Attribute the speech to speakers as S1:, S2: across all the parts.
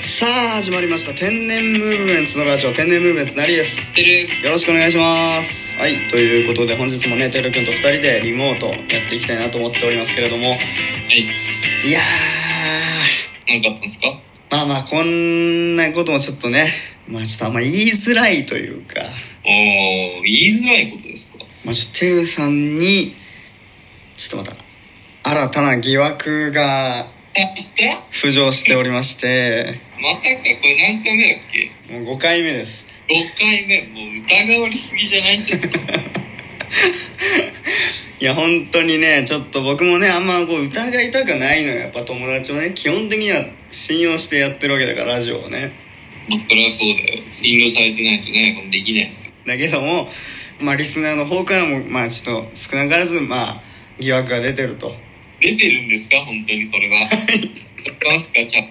S1: さあ始まりました天然ムーブメンツのラジオ天然ムーブメンツなりです
S2: てです。
S1: よろしくお願いしますはいということで本日もねてるくんと2人でリモートやっていきたいなと思っておりますけれども
S2: はい。
S1: いや
S2: なんかあったんですか
S1: ーまあまあこんなこともちょっとねまあちょっとあんま言いづらいというか
S2: おー、言いづらいことですか
S1: まあちょっとてるさんにちょっとまた新たな疑惑が
S2: えって
S1: 浮上しておりまして
S2: またか、これ何回目だっけ
S1: もう5回目です
S2: ?6 回目、もう疑われすぎじゃないちょっと。
S1: いや本当にねちょっと僕もねあんまこう疑いたくないのよやっぱ友達をね基本的には信用してやってるわけだからラジオをね
S2: ま あ、それはそうだよ。信用されてないとね、これできないですよ。
S1: だけどもまあリスナーの方からもまあちょっと少なからずまあ疑惑が出てると
S2: 出てるんですか本当にそれは。やってますかちゃんと。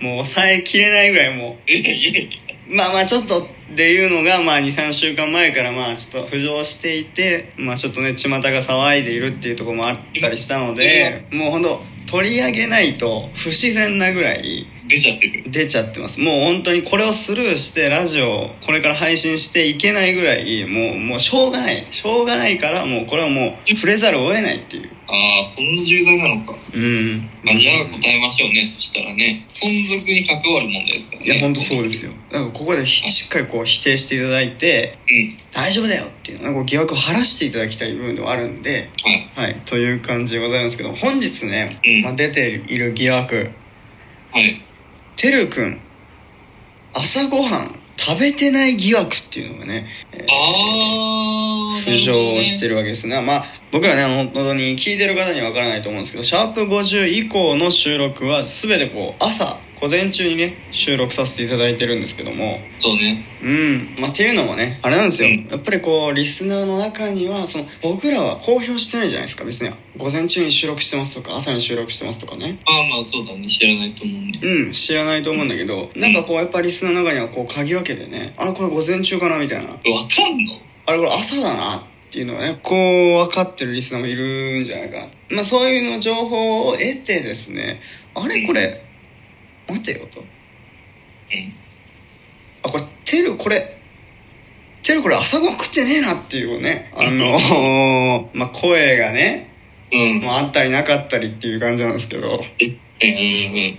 S1: もう抑えきれないぐらいも
S2: いやいやいや。
S1: うまあまあちょっとっていうのがまあ23週間前からまあちょっと浮上していてまあちょっとね巷が騒いでいるっていうところもあったりしたのでもう本当取り上げないと不自然なぐらい
S2: 出ちゃってる。
S1: 出ちゃってますもう本当にこれをスルーしてラジオをこれから配信していけないぐらいもうもうしょうがないしょうがないからもうこれはもう触れざるを得ないっていう
S2: ああ、そんな重大なのか。
S1: うん
S2: まあ、じゃあ答えましょうね。そしたらね、存続に関わる問題ですから
S1: い
S2: ね。
S1: や本当そうですよだからここでひしっかりこう否定していただいて
S2: うん。
S1: 大丈夫だよっていうのをこう疑惑を晴らしていただきたい部分ではあるんで
S2: はい。
S1: はいという感じでございますけど本日ね、
S2: うん
S1: まあ、出ている疑惑
S2: はい。
S1: てるくん朝ごはん食べてない疑惑っていうのがね
S2: ああ、
S1: 浮上して
S2: る。
S1: るわけですね。まあ、僕らね、本当に聞いてる方にはわからないと思うんですけど、シャープ50以降の収録は全てこう、朝、午前中にね、収録させていただいてるんですけども、
S2: そうね。
S1: うん。まあ、っていうのもね、あれなんですよ。
S2: うん
S1: やっぱりこう、リスナーの中には、その、僕らは公表してないじゃないですか、別に。午前中に収録してますとか、朝に収録してますとかね。
S2: まあまあそうだね。知らないと思うんで。
S1: うん、知らないと思うんだけど、なんかこう、やっぱリスナーの中にはこう、鍵分けでね、あれこれ午前中かなみたいな。
S2: わかんの
S1: あれこれ朝だなっていうのはねこう分かってるリスナーもいるんじゃないかな、まあ、そういうの情報を得てですねあれこれ待てよと
S2: うん。
S1: あこれテルこれテルこれ朝ごはん食ってねえなっていうねあの まあ声がね、
S2: うん。
S1: まあ、あったりなかったりっていう感じなんですけど
S2: うんうん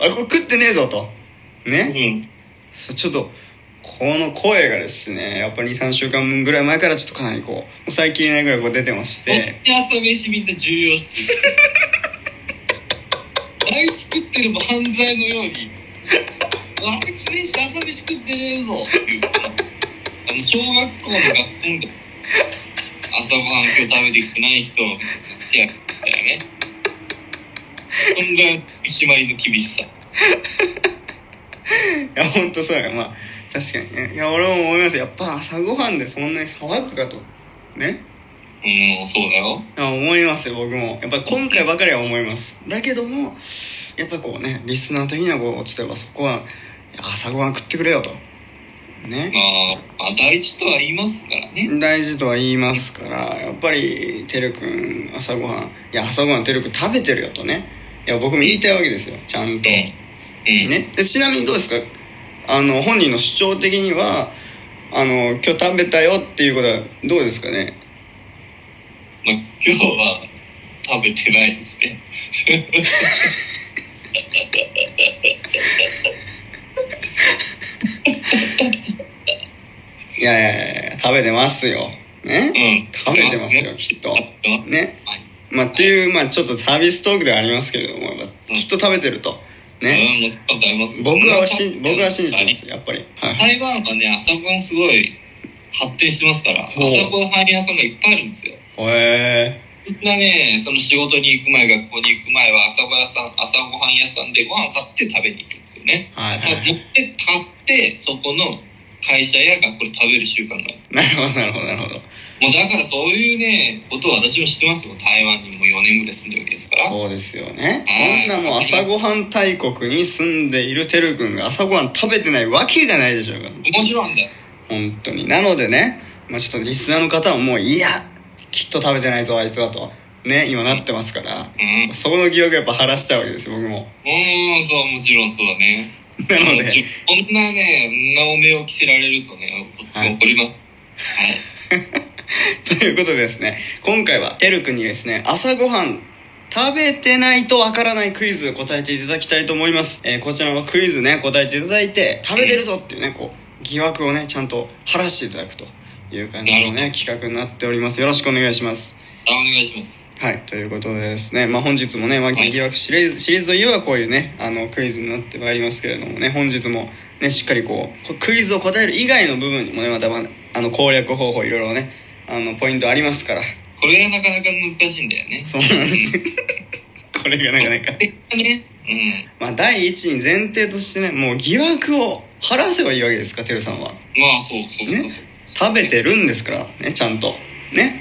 S1: あれこれ食ってねえぞと
S2: うん。
S1: ね
S2: うん。
S1: そうちょっとこの声がですねやっぱ23週間分ぐらい前からちょっとかなりこうもう最近ねぐらいこう出てまし
S2: で
S1: て、
S2: 朝飯みんな重要視してる。あいつ食ってる犯罪のように。あいつねし朝飯食ってねえぞっていう。あの、小学校の学校みたいな。朝ごはん今日食べてきてない人、手やったよね。こんぐらい締まりの厳しさ。
S1: いや本当そうやまあ確かにねいや俺も思いますやっぱ朝ごはんでそんなに騒ぐかとね
S2: うん、そうだよ。
S1: いや思いますよ僕もやっぱり今回ばかりは思いますだけどもやっぱこうねリスナー的にはこうちょっとやっぱそこはいや朝ごはん食ってくれよとね
S2: まあ、まあ、大事とは言いますからね。
S1: 大事とは言いますからやっぱりてるくん朝ごはんいや朝ごはんてるくん食べてるよとねいや僕も言いたいわけですよちゃんと、
S2: うん。うん。
S1: ね、でちなみにどうですかあの本人の主張的にはあの今日食べたよっていうことはどうですかね
S2: まあ、今日は食べてないですね。
S1: いやいやいや食べてますよね
S2: うん。
S1: 食べてますよ
S2: ね
S1: きっと
S2: 食べてます
S1: ね
S2: はい。
S1: まあっていう、まあ、ちょっとサービストークではありますけれどもやっぱきっと食べてるとね
S2: うん、もう食べてます。
S1: 僕はし僕は信じてま
S2: ます
S1: やっぱり、はい
S2: す。台湾はね、朝ごはんすごい発展してますから、
S1: ほう
S2: 朝ごはん入り屋さんがいっぱいあるんですよ。
S1: へ
S2: みんなね、その仕事に行く前、学校に行く前は朝ごはん屋さん、朝ごはん屋さんでご飯買って食べに行くんですよね。
S1: えはいは
S2: た
S1: い
S2: 持って買って、そこの会社や学校で食べる習慣がある。
S1: なるほどなるほどなるほど
S2: もうだからそういうね、ことを私も知ってますよ。台湾にも4年ぐらい住んでるわけですから。
S1: そうですよねそんなもう朝ごはん大国に住んでいるてるくんが朝ごはん食べてないわけがないでしょうから
S2: もちろんだよ。
S1: 本当になのでね、まあ、ちょっとリスナーの方はもういやきっと食べてないぞあいつはとね今なってますから
S2: うん。
S1: そこの疑惑やっぱ晴らしたいわけですよ僕も
S2: うん、そう、もちろんそうだね。
S1: な
S2: あ
S1: の
S2: の
S1: で
S2: じこんなね、なおめを着せられるとね、こっちも怒ります。はい。
S1: ということでですね今回はてるくんにですね朝ごはん食べてないとわからないクイズを答えていただきたいと思います、えーこちらのクイズね答えていただいて食べてるぞっていうねこう疑惑をねちゃんと晴らしていただくという感じの
S2: な
S1: ね企画になっておりますよろしくお願いします
S2: お願いします。
S1: はいということでですね、まあ、本日もね、まあ、
S2: はい
S1: 疑惑シリーズシリーズといえばこういうねあのクイズになってまいりますけれどもね本日もねしっかりこうこクイズを答える以外の部分にもねまたまあの攻略方法いろいろねあのポイントありますから
S2: これがなかなか難しいんだよね。
S1: そうなんですよこれがなかなか
S2: 結果ね、うん。
S1: まあ第一に前提としてねもう疑惑を晴らせばいいわけですかてるさんは
S2: まあ、そう、そう
S1: ね
S2: か、そうか。
S1: 食べてるんですからねちゃんとね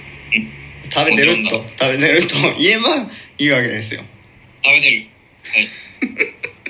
S1: 食べてると
S2: も
S1: 食べてると言えばいいわけですよ
S2: 食べてる。はい。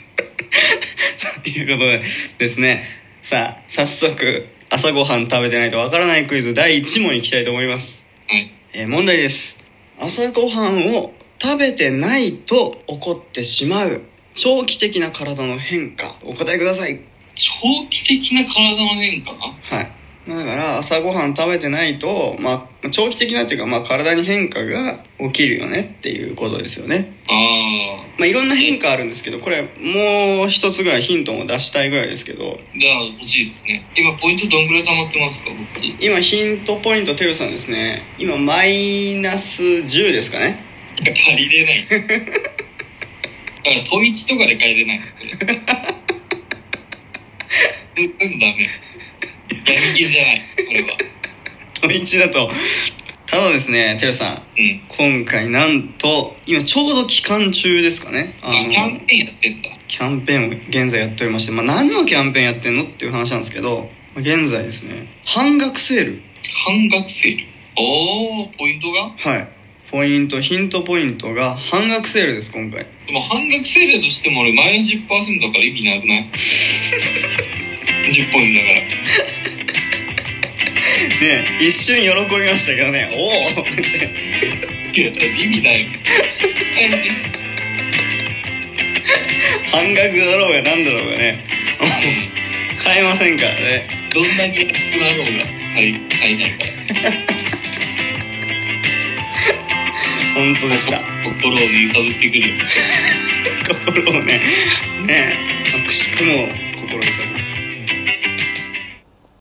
S1: ということでですねさあ早速朝ごはん食べてないとわからないクイズ第1問いきたいと思います、
S2: はい。
S1: えー問題です朝ごはんを食べてないと起こってしまう長期的な体の変化お答えください
S2: 長期的な体の変化な
S1: はいまあだから朝ごはん食べてないと、まあ、長期的なっていうか、まあ、体に変化が起きるよねっていうことですよね、
S2: あ
S1: まあ、いろんな変化あるんですけどこれもう一つぐらいヒントも出したいぐらいですけど
S2: あ、じゃあ欲しいですね。今、ポイントどんぐらい溜まってますか、こっち。
S1: 今ヒントポイントてるさんですね今マイナス10ですかね
S2: 借りれない。だから、トイチとかで借りれない。これ。うん、ダメ。闇金じゃない、これは。
S1: と1だとただですねてるさん
S2: うん。
S1: 今回なんと今ちょうど期間中ですかねあ
S2: あ、キャンペーンやってんだ。
S1: キャンペーンを現在やっておりまして、まあ、何のキャンペーンやってんのっていう話なんですけど現在ですね半額セール
S2: 半額セール。おー、ポイントが
S1: はいポイントヒントポイントが半額セールです今回
S2: でも半額セールとしても俺マイナス10%だから意味なくない ?10 ポイントだから。
S1: ねえ一瞬喜びましたけどねおおって言って
S2: いや、意味ないよ。え、です。
S1: 半額だろうが何だろうがね買えませんからね
S2: どんなに安くなろうが買い、買えないから。
S1: 本当でした
S2: 心を揺さぶってくるよ。
S1: 心をねねえまあくしくも心にさぶ